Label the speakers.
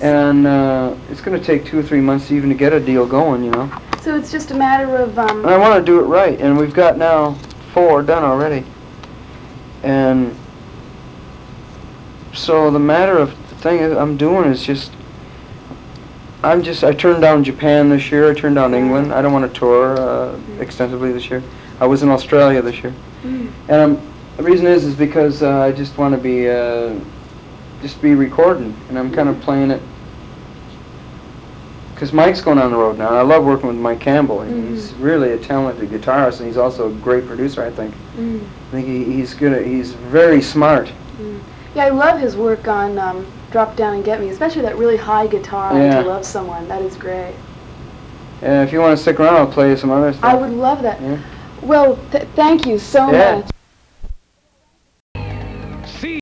Speaker 1: and uh, it's going to take two or three months even to get a deal going, you know.
Speaker 2: So it's just a matter of,
Speaker 1: And I
Speaker 2: um,
Speaker 1: want to do it right, and we've got now four done already. And so the matter of the thing is, I'm doing is just, I'm just, I turned down Japan this year. I turned down England. I don't want to tour uh,
Speaker 2: Mm-hmm.
Speaker 1: extensively this year. I was in Australia this year,
Speaker 2: Mm.
Speaker 1: and I'm, the reason is is because uh, I just want to be, uh, just be recording, and I'm kind of playing it. Because Mike's going on the road now. and I love working with Mike Campbell. He's
Speaker 2: Mhm.
Speaker 1: really a talented guitarist, and he's also a great producer. I think.
Speaker 2: mm,
Speaker 1: I think he, he's good. At, he's very smart.
Speaker 2: mm. yeah, I love his work on um, Drop Down and Get Me, especially that really high guitar on
Speaker 1: Yeah.
Speaker 2: to love someone. That is great.
Speaker 1: Uh, if you want to stick around, I'll play you some other stuff.
Speaker 2: I would love that.
Speaker 1: Yeah.
Speaker 2: Well, th- thank you so
Speaker 1: Yeah.
Speaker 2: much.